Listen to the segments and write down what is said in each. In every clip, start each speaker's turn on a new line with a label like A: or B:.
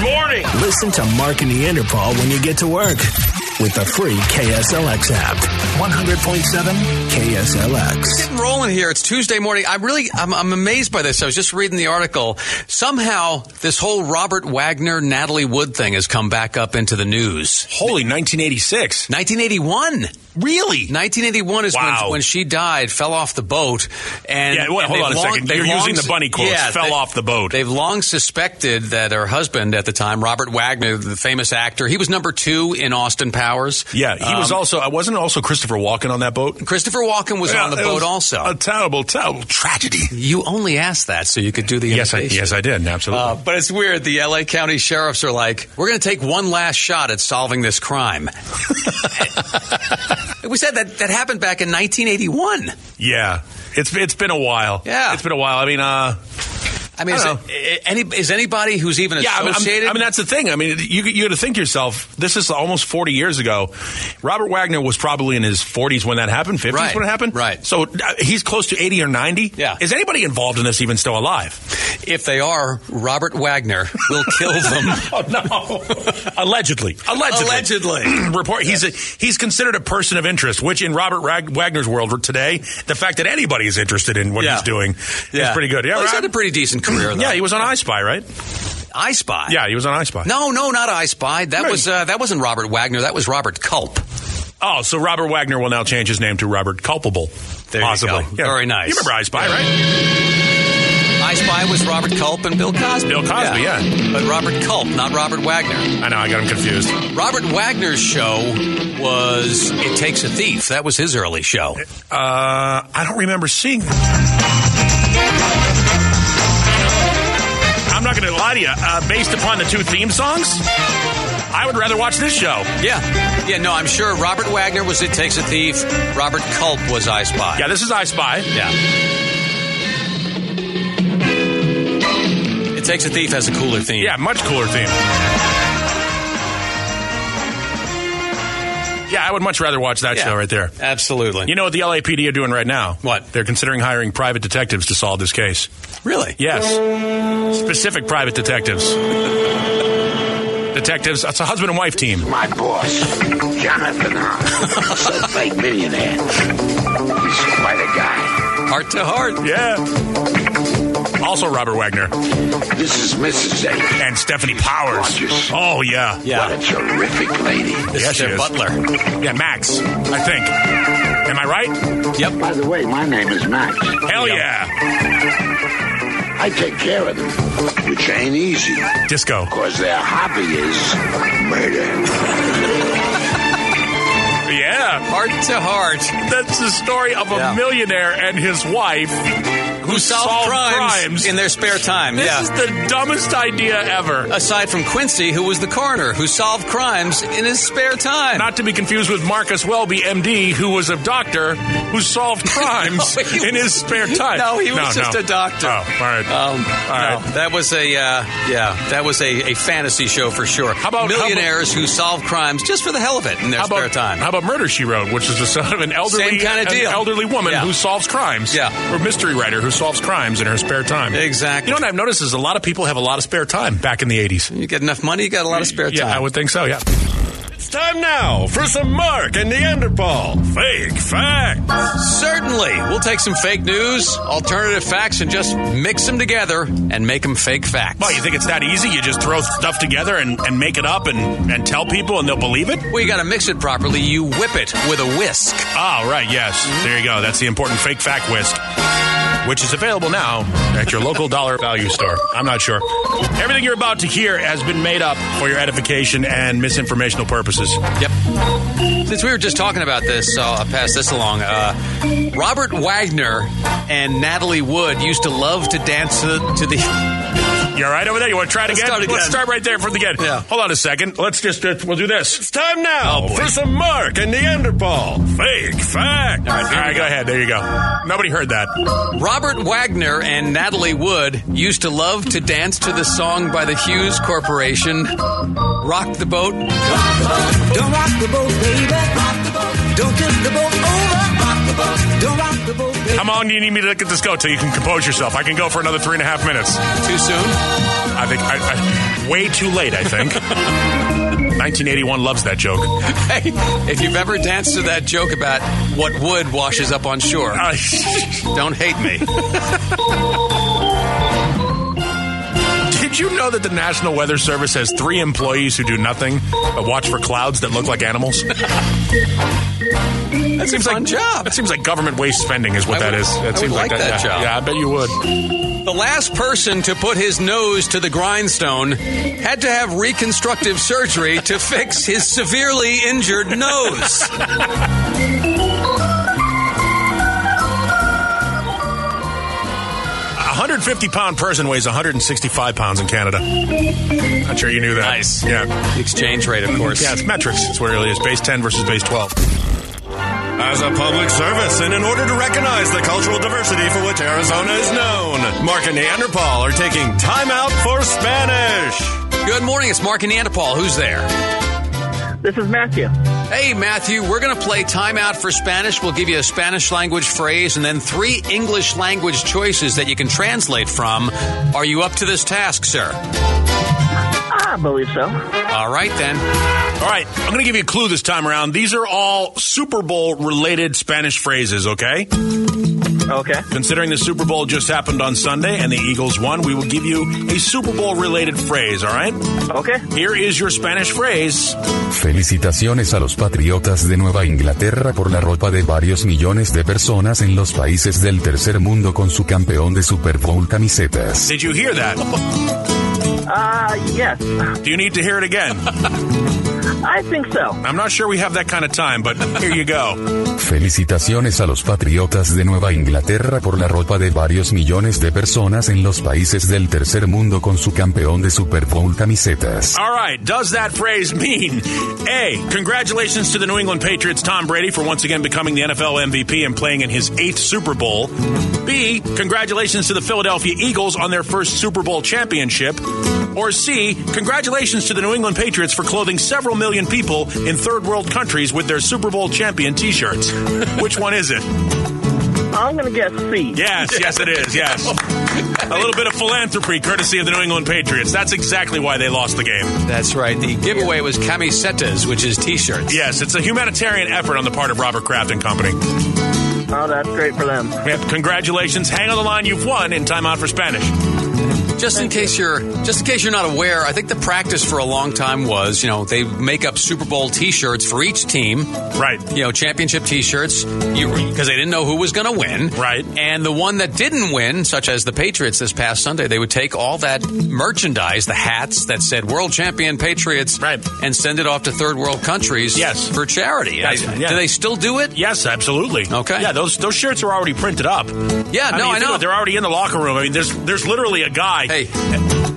A: morning.
B: Listen to Mark and Neanderthal when you get to work with the free KSLX app. 100.7 KSLX.
C: Getting rolling here. It's Tuesday morning. I'm really, I'm, I'm amazed by this. I was just reading the article. Somehow, this whole Robert Wagner, Natalie Wood thing has come back up into the news.
A: Holy 1986.
C: 1981.
A: Really?
C: 1981 is
A: Wow.
C: when, when she died, fell off the boat, and
A: Yeah, wait,
C: and
A: hold
C: they've
A: on a
C: long-
A: second.
C: they've
A: You're
C: long
A: using the
C: s-
A: bunny quotes. Fell off the boat.
C: They've long suspected that her husband at the time, Robert Wagner, the famous actor, he was number two in Austin Powers.
A: Yeah, he was
C: Um,
A: also. I wasn't also Christopher Walken on that boat.
C: Christopher Walken was on the
A: Yeah, it
C: boat
A: was
C: also.
A: A terrible, terrible tragedy.
C: you only asked that so you could do the
A: Yes, I,
C: imitation.
A: yes, I did. Absolutely.
C: Uh, but it's weird. The LA County sheriffs are like, we're going to take one last shot at solving this crime. we said that that happened back in 1981.
A: yeah, it's it's been a while.
C: Yeah.
A: it's been a while. I mean, uh,
C: I mean,
A: I
C: is,
A: don't
C: it, i- any, is anybody who's even
A: yeah. I mean, I'm-
C: associated?
A: I mean, that's the thing. I mean, you you got to think to yourself. This is almost forty years ago. Robert Wagner was probably in his forties when that happened. Fifties
C: Right,
A: when it happened.
C: right.
A: So uh, he's close to eighty or ninety.
C: Yeah.
A: Is anybody involved in this even still alive?
C: if they are, Robert Wagner will kill them.
A: Oh no! Allegedly, allegedly,
C: Allegedly.
A: Report. He's a, he's considered a person of interest, which in Robert Rag- Wagner's world today, the fact that anybody is interested in what
C: Yeah.
A: he's doing is pretty good. Yeah,
C: Well, he's
A: right?
C: had a pretty decent career, though.
A: yeah, he was on I Spy, right?
C: I Spy.
A: Yeah, he was on I Spy.
C: No, no, not I Spy. That
A: Right.
C: was uh, that wasn't Robert Wagner. That was Robert Culp.
A: Oh, so Robert Wagner will now change his name to Robert Culpable.
C: There you
A: possibly.
C: go. Very nice.
A: You remember I Spy, right?
C: I Spy was Robert Culp and Bill Cosby.
A: Bill Cosby, yeah.
C: But Robert Culp, not Robert Wagner.
A: I know, I got him confused.
C: Robert Wagner's show was It Takes a Thief. That was his early show.
A: Uh, I don't remember seeing that. I'm not going to lie to you. Uh, based upon the two theme songs, I would rather watch this show.
C: Yeah. Yeah, no, I'm sure Robert Wagner was It Takes a Thief. Robert Culp was I Spy.
A: Yeah, this is I Spy.
C: Yeah. It Takes a Thief has a cooler theme.
A: Yeah, much cooler theme. Yeah, I would much rather watch that
C: Yeah.
A: show right there.
C: Absolutely.
A: You know what the LAPD are doing right now?
C: What?
A: They're considering hiring private detectives to solve this case.
C: really?
A: Yes. Specific private detectives. detectives, it's a husband and wife team.
D: My boss, Jonathan Hahn, self-made millionaire. He's quite a guy.
C: Heart to heart.
A: Yeah. Also, Robert Wagner
D: This is Mrs. A.
A: and Stephanie Powers.
D: Gorgeous.
A: Oh, yeah.
C: Yeah.
D: What a terrific lady.
C: This
A: Yes,
C: is
A: she
C: their
A: is.
C: butler.
A: Yeah, Max, I think. Am I right?
C: Yep.
D: By the way, my name is Max.
A: Hell
C: Yeah.
A: yeah.
D: I take care of them, which ain't easy,
A: Disco.
D: because their hobby is murder.
A: Yeah.
C: Heart to heart.
A: That's the story of a
C: Yeah.
A: millionaire and his wife
C: who solve, crimes, in their spare time.
A: this
C: yeah.
A: is the dumbest idea ever.
C: Aside from Quincy, who was the coroner, who solved crimes in his spare time.
A: Not to be confused with Marcus Welby, MD, who was a doctor who solved crimes
C: No, he
A: in
C: was-
A: his spare time.
C: No, he was just a doctor.
A: Oh, all right.
C: Um,
A: all right.
C: no, that was a uh, yeah, that was a, a fantasy show for sure. How
A: about- how about-
C: millionaires who solve crimes just for the hell of it in their
A: How
C: spare
A: about,
C: time?
A: how about Murder She Wrote, which is the son of an elderly,
C: Same kinda
A: an
C: deal.
A: elderly woman
C: Yeah.
A: who solves crimes,
C: Yeah.
A: or mystery writer who solves crimes in her spare time.
C: Exactly.
A: You know what I've noticed is a lot of people have a lot of spare time back in the eighties.
C: you get enough money, you got a lot of spare time.
A: Yeah, I would think so. Yeah. It's time now for some Mark and Neanderthal fake fact.
C: Certainly, we'll take some fake news, alternative facts, and just mix them together and make them fake facts.
A: Well, you think it's that easy? You just throw stuff together and, and make it up and, and tell people and they'll believe it?
C: well, you got to mix it properly. You whip it with a whisk.
A: Ah, right. Yes. There you go. That's the important fake fact whisk, which is available now at your local dollar value store. I'm not sure. Everything you're about to hear has been made up for your edification and misinformational purposes.
C: Yep. Since we were just talking about this, so I'll pass this along. Uh, Robert Wagner and Natalie Wood used to love to dance to, to the.
A: You all right over there? You want to try it
C: Let's
A: again?
C: start again.
A: Let's start right there from the get.
C: Yeah.
A: Hold on a second. Let's just uh, we'll do this. Oh, It's time now for some Mark and Neanderthal fake fact. All right,
C: here we
A: go ahead. There you go. Nobody heard that.
C: Robert Wagner and Natalie Wood used to love to dance to the song by the Hughes Corporation, "Rock the Boat."
E: Don't rock the boat, baby. Rock the boat. Don't tip the boat over. Rock the boat. Don't rock the boat, baby.
A: How long do you need me to look at this go till you can compose yourself? I can go for another three and a half minutes.
C: Too soon?
A: I think I, I, way too late, I think. 1981 loves that joke.
C: Hey, if you've ever danced to that joke about what wood washes up on shore,
A: Uh,
C: don't hate me.
A: did you know that the National Weather Service has three employees who do nothing but watch for clouds that look like animals?
C: That seems like job.
A: That seems like government waste spending is what
C: I
A: that
C: would-
A: is.
C: I
A: That
C: would
A: seems
C: like that
A: yeah.
C: job.
A: Yeah, I bet you would.
C: The last person to put his nose to the grindstone had to have reconstructive surgery to fix his severely injured nose.
A: A 150 pound person weighs 165 pounds in Canada. Not sure you knew that.
C: Nice.
A: Yeah.
C: The exchange rate, of course.
A: Yeah, it's metrics. It's what it really is. Base 10 versus base 12.
F: As a public service, and in order to recognize the cultural diversity for which Arizona is known, Mark and Neanderthal are taking time out for Spanish.
C: Good morning. It's Mark and Neanderthal. Who's there?
G: This is Matthew.
C: Hey, Matthew, we're going to play timeout for Spanish. We'll give you a Spanish language phrase and then three English language choices that you can translate from. Are you up to this task, sir?
G: I Ah, believe so.
C: All right, then.
A: All right, I'm going to give you a clue this time around. These are all Super Bowl related Spanish phrases, okay?
G: Okay.
A: Considering the Super Bowl just happened on Sunday and the Eagles won, we will give you a Super Bowl related phrase, all right?
G: Okay.
A: Here is your Spanish phrase.
H: Felicitaciones a los patriotas de Nueva Inglaterra por la ropa de varios millones de personas en los países del tercer mundo con su campeón de Super Bowl camisetas.
A: Did you hear that?
G: Uh, yes.
A: Do you need to hear it again?
G: I think so.
A: I'm not sure we have that kind of time, but here you go.
H: Felicitaciones a los patriotas de Nueva Inglaterra por la ropa de varios millones de personas en los países del tercer mundo con su campeón de Super Bowl camisetas.
A: All right, does that phrase mean A, congratulations to the New England Patriots Tom Brady for once again becoming the NFL MVP and playing in his eighth Super Bowl? B, congratulations to the Philadelphia Eagles on their first Super Bowl championship? Or C, congratulations to the New England Patriots for clothing several million people in third world countries with their Super Bowl champion t shirts? Which one is it?
G: I'm gonna guess C.
A: Yes, yes, it is. Yes. A little bit of philanthropy courtesy of the New England Patriots. That's exactly why they lost the game.
C: That's right. The giveaway was camisetas, which is t shirts.
A: Yes, it's a humanitarian effort on the part of Robert Kraft and Company.
G: Oh, that's great for them.
A: Yep, Congratulations. Hang on the line. You've won in time out for Spanish.
C: Just in case you're just in case you're not aware, I think the practice for a long time was, you know, they make up Super Bowl T-shirts for each team,
A: Right.
C: you know, championship T-shirts, because they didn't know who was going to win,
A: Right.
C: And the one that didn't win, such as the Patriots this past Sunday, they would take all that merchandise, the hats that said "World Champion Patriots,"
A: Right.
C: and send it off to third world countries,
A: Yes.
C: for charity.
A: That's-
C: I-
A: yeah.
C: Do they still do it?
A: Yes, absolutely.
C: Okay.
A: Yeah, those those shirts are already printed up. I
C: Yeah, no,
A: mean,
C: I
A: think
C: know.
A: about it, they're already in the locker room. I mean, there's there's literally a guy.
C: Hey.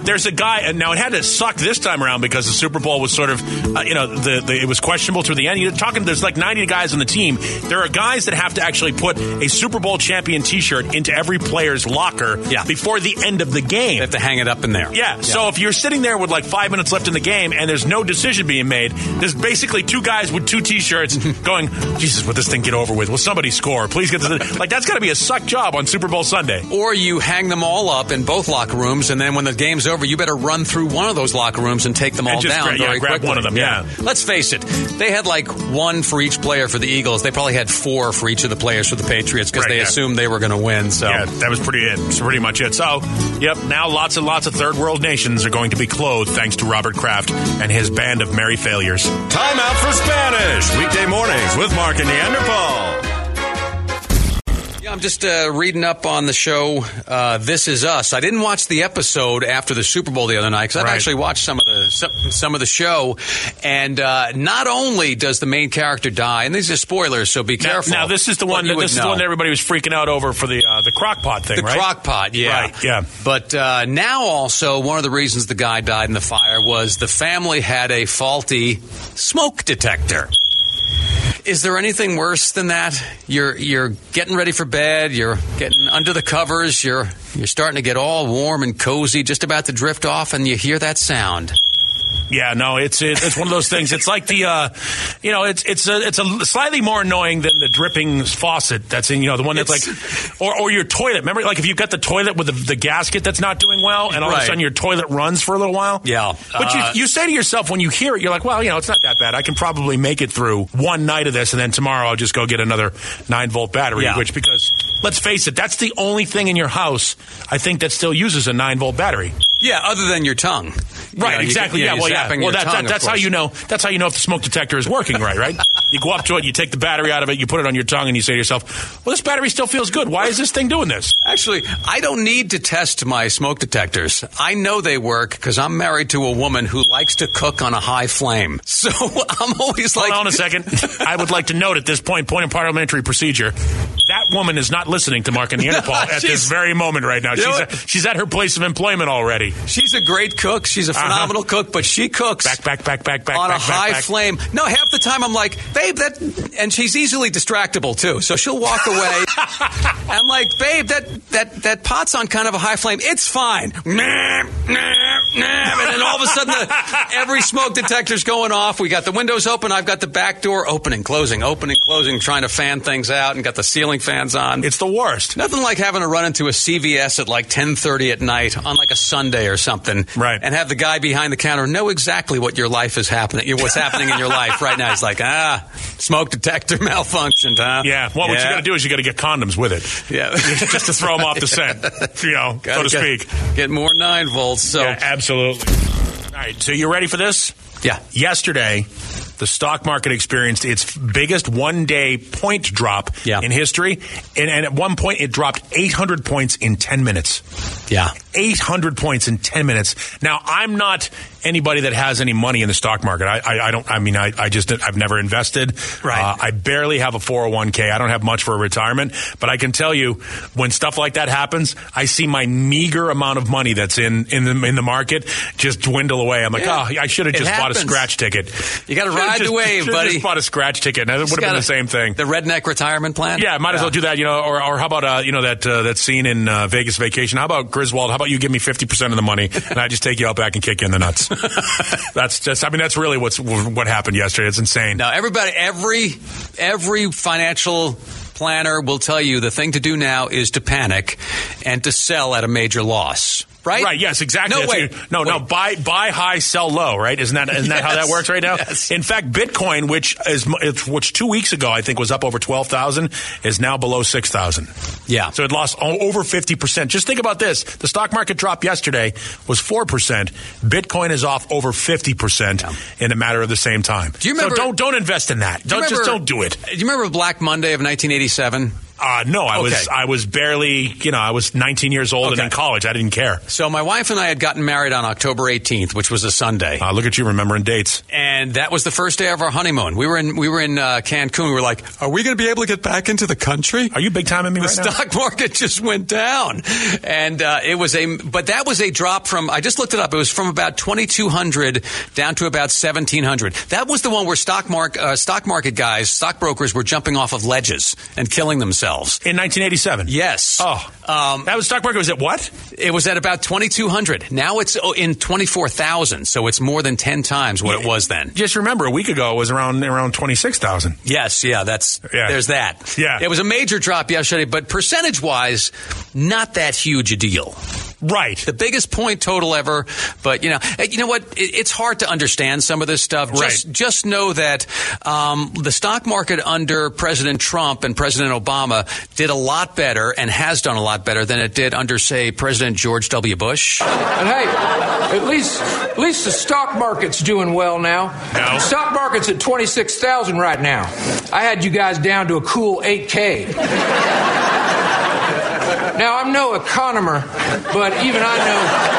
A: there's a guy, and now it had to suck this time around because the Super Bowl was sort of, uh, you know, the, the it was questionable through the end. You're talking. There's like 90 guys on the team. There are guys that have to actually put a Super Bowl champion T-shirt into every player's locker
C: Yeah.
A: before the end of the game.
C: They have to hang it up in there.
A: Yeah, so if you're sitting there with like five minutes left in the game and there's no decision being made, there's basically two guys with two T-shirts going, Jesus, will this thing get over with? Will somebody score? Please get this. like that's got to be a suck job on Super Bowl Sunday.
C: Or you hang them all up in both locker rooms, and then when the game's over, you better run through one of those locker rooms and take them
A: And
C: all
A: just
C: down
A: gra- yeah,
C: very
A: grab
C: quickly.
A: one of them, yeah.
C: Let's face it, they had like one for each player for the Eagles. They probably had four for each of the players for the Patriots because
A: Right,
C: they
A: yeah.
C: assumed they were going to win. So
A: Yeah, that was pretty it. That's pretty much it. So, yep, now lots and lots of third world nations are going to be clothed thanks to Robert Kraft and his band of merry failures.
F: Time out for Spanish, weekday mornings with Mark and Neanderthal.
C: Yeah, I'm just uh, reading up on the show. Uh, this is us. I didn't watch the episode after the Super Bowl the other night because I've
A: Right.
C: actually watched some of the some, some of the show. And uh, not only does the main character die, and these are spoilers, so be
A: Now-
C: careful.
A: Now, this is the
C: But
A: one.
C: you
A: That,
C: would
A: this is the
C: know.
A: one that everybody was freaking out over for the uh, the crockpot thing,
C: the
A: right?
C: crock pot, yeah.
A: Right, yeah.
C: But uh, now also, one of the reasons the guy died in the fire was the family had a faulty smoke detector. Is there anything worse than that? You're you're getting ready for bed. You're getting under the covers. You're you're starting to get all warm and cozy, just about to drift off, and you hear that sound.
A: Yeah, no, it's it, it's one of those things. It's like the, uh, you know, it's it's a it's a slightly more annoying than the dripping faucet. That's in you know the one that's like, or or your toilet. Remember, like if you've got the toilet with the, the gasket that's not doing well, and all of a
C: Right.
A: sudden your toilet runs for a little while.
C: Yeah.
A: But
C: Uh,
A: you, you say to yourself when you hear it, you're like, well, you know, it's not that bad. I can probably make it through one night of this, and then tomorrow I'll just go get another nine volt battery.
C: Yeah.
A: Which because let's face it, that's the only thing in your house I think that still uses a nine volt battery.
C: Yeah, other than your tongue. You
A: Right,
C: know, you
A: exactly.
C: can-
A: yeah,
C: you're
A: well, yeah.
C: zapping
A: Well,
C: your
A: that,
C: tongue,
A: that,
C: of
A: that's how
C: course.
A: you know. That's how you know if the smoke detector is working right, right? you go up to it, you take the battery out of it, you put it on your tongue, and you say to yourself, "Well, this battery still feels good. Why is this thing doing this?"
C: Actually, I don't need to test my smoke detectors. I know they work because I'm married to a woman who likes to cook on a high flame. So I'm always like,
A: Hold on a second. I would like to note at this point, point of parliamentary procedure, that woman is not listening to Mark and the Interpol at this
C: She's-
A: very moment right now.
C: You know
A: She's
C: what?
A: at, she's at her place of employment already.
C: she's a great cook. She's a
A: Uh-huh.
C: phenomenal cook, but she cooks
A: Back, back, back, back, back,
C: on
A: back,
C: a
A: back,
C: high
A: back.
C: flame. No, half the time I'm like, babe, that, and she's easily distractible too. So she'll walk away. I'm like, babe, that that that pot's on kind of a high flame. It's fine. Nah, nah, nah. And then all of a sudden, the, every smoke detector's going off. We got the windows open. I've got the back door opening, closing, opening, closing, trying to fan things out, and got the ceiling fans on.
A: It's the worst.
C: Nothing like having to run into a CVS at like 10:30 at night on like a Sunday or something,
A: Right.
C: And have the guy behind the counter know exactly what your life is happening, what's happening in your life right now. He's like, ah, smoke detector malfunctioned, huh?
A: Yeah. Well, what you got to do is you got to get condoms with it,
C: Yeah,
A: just to throw them off the scent, you know, so to
C: Gotta get-
A: speak.
C: Get more nine volts. So
A: Yeah, absolutely. All right, so you ready for this?
C: Yeah.
A: Yesterday, the stock market experienced its biggest one day point drop
C: Yeah.
A: in history. And, and at one point, it dropped 800 points in 10 minutes.
C: Yeah.
A: 800 points in 10 minutes. Now, I'm not anybody that has any money in the stock market. I, I, I don't, I mean, I, I just, I've never invested.
C: Right.
A: Uh, I barely have a 401k. I don't have much for a retirement, but I can tell you when stuff like that happens, I see my meager amount of money that's in, in the, in the market just dwindle away. I'm like,
C: Yeah.
A: oh, I should have
C: It
A: just bought a
C: happens.
A: scratch ticket.
C: You gotta
A: Should've
C: ride the
A: just-
C: wave,
A: should've
C: buddy.
A: just bought a scratch ticket and it would have been
C: Gotta-
A: the same thing.
C: The redneck retirement plan.
A: Yeah, might as well do that, you know. Or, or how about uh, you know that uh, that scene in uh, Vegas Vacation? How about Griswold? How about you give me fifty percent of the money, and I just take you out back and kick you in the nuts? that's just. I mean, that's really what's what happened yesterday. It's insane.
C: Now, everybody, every every financial planner will tell you the thing to do now is to panic and to sell at a major loss. Right?
A: Right. Yes. Exactly.
C: No,
A: That's
C: wait.
A: it. No. No.
C: Wait.
A: Buy buy high, sell low. Right? Isn't that isn't that how that
C: Yes,
A: works right now?
C: yes.
A: In fact, Bitcoin, which is mu- it's- which two weeks ago I think was up over twelve thousand, is now below six thousand.
C: Yeah.
A: So it lost o- over fifty percent. Just think about this: the stock market drop yesterday was four percent. Bitcoin is off over fifty percent in a matter of the same time.
C: Do you remember-
A: So don't don't invest in that.
C: Do
A: Don't
C: you
A: just
C: remember-
A: don't do it.
C: Do you remember Black Monday of 1987?
A: Uh, no, I was
C: Okay.
A: I was barely you know I was nineteen years old and
C: Okay.
A: in college. I didn't care.
C: So my wife and I had gotten married on October 18th, which was a Sunday.
A: Uh, look at you remembering dates.
C: and that was the first day of our honeymoon. We were in we were in uh, Cancun. We were like, "Are we going to be able to get back into the country?"
A: Are you big time in me
C: the
A: right now?
C: stock market just went down, and uh, it was a but that was a drop from I just looked it up. It was from about twenty two hundred down to about seventeen hundred. That was the one where stock mark uh, stock market guys, stockbrokers were jumping off of ledges and killing themselves.
A: In 1987.
C: Yes. Um,
A: Oh. that was stock market. Was it what?
C: It was at about 2200. Now it's oh, in 24,000, so it's more than 10 times what it was then.
A: Just remember, a week ago it was around around 26,000.
C: Yes, yeah, that's
A: Yeah.
C: there's that.
A: Yeah.
C: It was a major drop yesterday, but percentage-wise, not that huge a deal.
A: Right.
C: The biggest point total ever, but you know, eh, you know what? It, it's hard to understand some of this stuff. Just
A: Right.
C: just know that um, the stock market under President Trump and President Obama did a lot better and has done a lot better than it did under, say, President George W. Bush.
I: And hey, at least at least the stock market's doing well now.
A: No.
I: Stock market's at twenty six thousand right now. I had you guys down to a cool eight k. now I'm no economer, but even I know.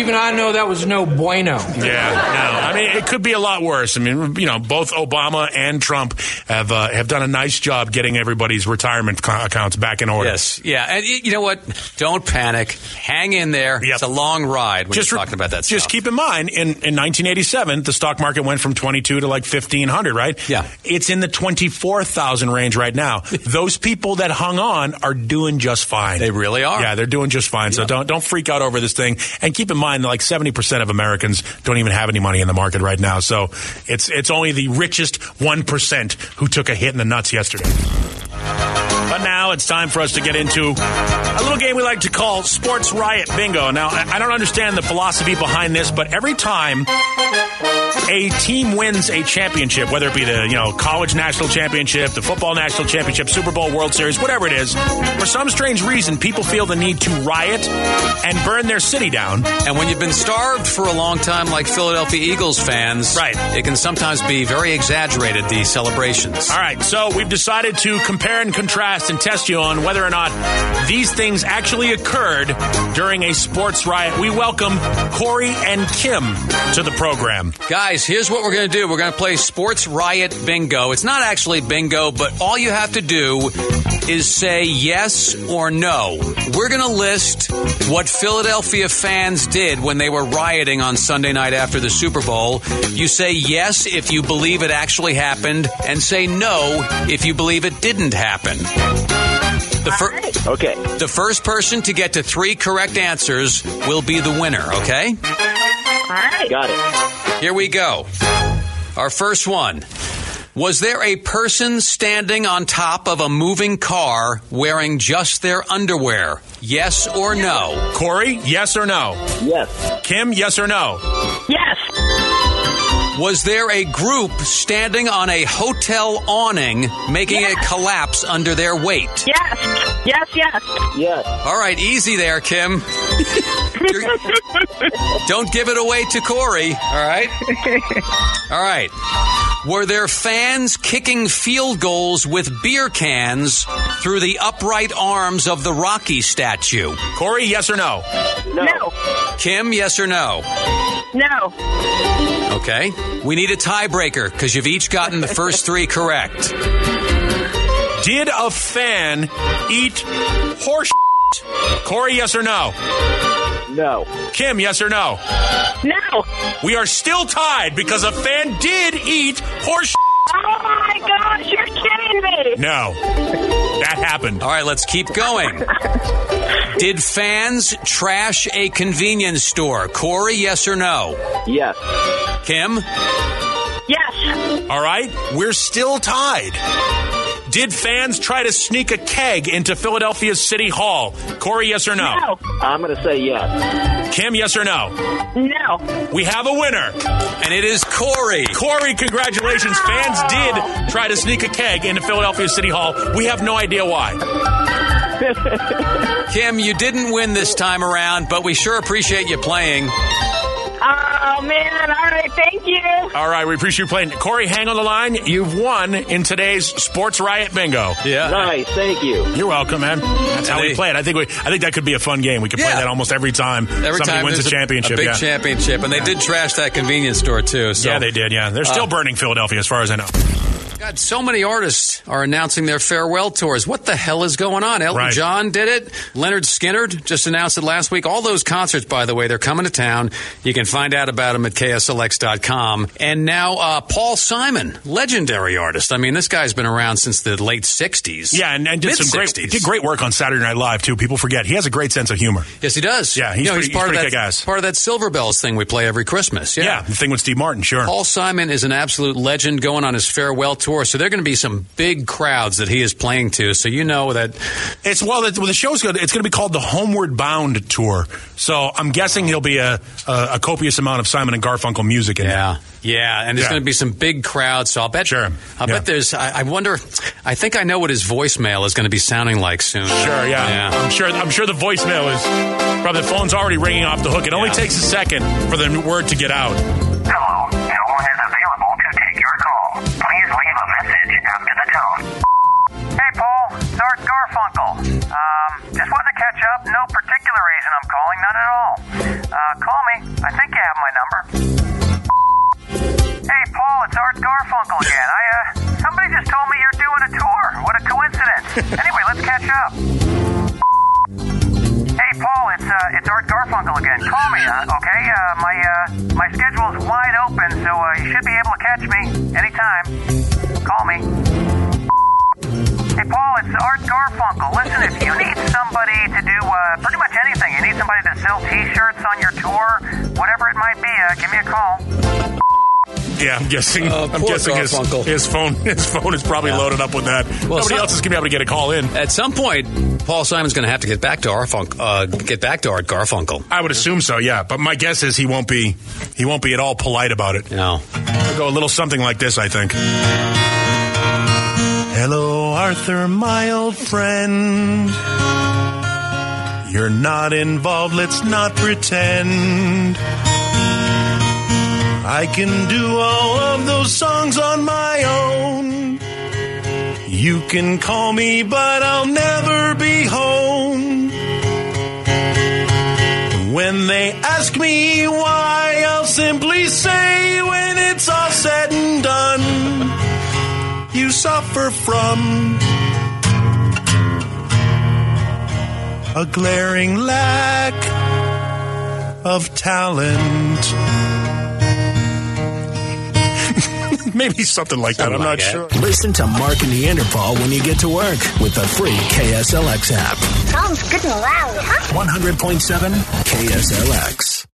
I: Even I know that was no bueno.
A: Yeah, no. I mean, it could be a lot worse. I mean, you know, both Obama and Trump have uh, have done a nice job getting everybody's retirement co- accounts back in order.
C: Yes, yeah, and y- you know what? Don't panic. Hang in there.
A: Yep.
C: It's a long ride when
A: Just
C: you're
A: re-
C: talking about that.
A: Just
C: stuff.
A: keep in mind, in, in 1987, the stock market went from 22 to like 1500, right?
C: Yeah.
A: It's in the 24,000 range right now. Those people that hung on are doing just fine.
C: They really are.
A: Yeah, they're doing just fine. So don't don't freak out over this thing. And keep in mind that like 70% of Americans don't even have any money in the market right now. So it's, it's only the richest 1% who took a hit in the nuts yesterday. But now it's time for us to get into a little game we like to call Sports Riot Bingo. Now, I I don't understand the philosophy behind this, but every time a team wins a championship, whether it be the you know college national championship, the football national championship, Super Bowl, World Series, whatever it is, for some strange reason, people feel the need to riot and burn their city down.
C: And when you've been starved for a long time, like Philadelphia Eagles fans, right. it can sometimes be very exaggerated, the celebrations.
A: All right, so we've decided to compare and contrast and test you on whether or not these things actually occurred during a sports riot. We welcome Corey and Kim to the program.
C: Guys, here's what we're going to do. We're going to play Sports Riot Bingo. It's not actually bingo, but all you have to do is say yes or no. We're going to list what Philadelphia fans did when they were rioting on Sunday night after the Super Bowl. You say yes if you believe it actually happened, and say no if you believe it didn't happen. The fir- okay. The first person to get to three correct answers will be the winner, okay?
J: All right. Got it.
C: Here we go. Our first one. Was there a person standing on top of a moving car wearing just their underwear? Yes or no?
A: Corey, yes or no? Yes. Kim, yes or no?
J: Yes.
C: Was there a group standing on a hotel awning making it collapse under their weight?
J: Yes. Yes, yes. Yes.
C: All right, easy there, Kim. You're- Don't give it away to Corey, all right? All right. Were there fans kicking field goals with beer cans through the upright arms of the Rocky statue?
A: Corey, yes or no?
J: No.
C: Kim, yes or no?
J: No.
C: Okay. We need a tiebreaker because you've each gotten the first three correct.
A: Did a fan eat horse? shit? Corey, yes or no?
G: No.
A: Kim, yes or no?
J: No. Oh
A: We are still tied because a fan did eat horse. shit.
J: Oh my gosh, you're kidding me.
A: No, that happened.
C: All right, let's keep going. Did fans trash a convenience store? Corey, yes or no?
G: Yes.
C: Kim?
J: Yes.
A: All right, we're still tied. Did fans try to sneak a keg into Philadelphia's City Hall? Corey, yes or no?
J: No.
G: I'm going to say yes.
A: Kim, yes or no?
J: No.
A: We have a winner.
C: And it is Corey.
A: Corey, congratulations. Fans did try to sneak a keg into Philadelphia City Hall. We have no idea why.
C: Kim, you didn't win this time around, but we sure appreciate you playing.
J: Oh man, all right, thank you.
A: All right, we appreciate you playing. Corey, hang on the line. You've won in today's Sports Riot Bingo.
C: Yeah.
G: Nice. Thank you.
A: You're welcome, man. That's how we
C: Hey.
A: play it. I think we, I think that could be a fun game. We could play
C: Yeah.
A: that almost every time
C: Every
A: somebody
C: time
A: wins
C: there's
A: a championship.
C: A big
A: yeah.
C: championship. And they did trash that convenience store, too. So.
A: yeah, they did. Yeah, they're still burning Philadelphia, as far as I know.
C: God, so many artists are announcing their farewell tours. What the hell is going on? Elton
A: Right.
C: John did it. Leonard Skinner just announced it last week. All those concerts, by the way, they're coming to town. You can find out about them at kslx.com. And now, uh, Paul Simon, legendary artist. I mean, this guy's been around since the late 60s.
A: Yeah, and, and did some great
C: Mid-sixties.
A: did great work on Saturday Night Live too. People forget he has a great sense of humor.
C: Yes, he does.
A: Yeah, he's
C: You know,
A: pretty- he's
C: part
A: pretty
C: of that,
A: kick-ass.
C: Part of that Silver Bells thing we play every Christmas.
A: Yeah, the thing with Steve Martin, sure.
C: Paul Simon is an absolute legend going on his farewell tour, so there are going to be some big crowds that he is playing to. So you know that
A: It's well, the, well, the show's good. It's going to be called the Homeward Bound tour. So I'm guessing there'll be a, a, a copious amount of Simon and Garfunkel music in
C: Yeah, yeah, and there's
A: Yeah.
C: going to be some big crowds. So I'll bet.
A: Sure.
C: I
A: Yeah.
C: bet there's. I, I wonder. I think I know what his voicemail is going to be sounding like soon.
A: there. Sure, yeah. I'm sure. I'm sure the voicemail is probably the phone's already ringing off the hook. It only
C: Yeah.
A: takes a second for the word to get out.
K: Hello, no one is available to take your call. Please leave a message after the tone. Hey, Paul, Art Garfunkel. Um, just wanted to catch up. No particular reason I'm calling, none at all. Uh, call me. I think you have my number. Hey, Paul, it's Art Garfunkel again. I, uh, somebody just told me you're doing a tour. What a coincidence. anyway, let's catch up. Hey, Paul, it's uh, it's Art Garfunkel again. Call me, uh, okay? Uh, my uh, my schedule's wide open, so uh, you should be able to catch me anytime. Call me. Hey, Paul, it's Art Garfunkel. Listen, if you need somebody to do uh, pretty much anything, you need somebody to sell T-shirts on your tour, whatever it might be, uh, give me a call.
A: Yeah, I'm guessing.
C: Uh,
A: I'm
C: poor
A: guessing his,
C: Garfunkel.
A: his phone. His phone is probably
C: Yeah.
A: loaded up with that. Nobody
C: some-
A: else is gonna be able to get a call in.
C: At some point, Paul Simon's going to have to get back to Arfunk, uh, get back to Art Garfunkel.
A: I would assume so. Yeah, but my guess is he won't be. He won't be at all polite about it.
C: No.
A: I'll go a little something like this. I think. Hello, Arthur, my old friend. You're not involved, let's not pretend. I can do all of those songs on my own. You can call me, but I'll never be home. When they ask me why, I'll simply say when it's all said and done, you suffer from a glaring lack of talent. Maybe something like that, I'm not sure.
B: Listen to Mark and Neanderthal when you get to work with the free KSLX app.
L: Sounds good and loud, huh?
B: 100.7 KSLX.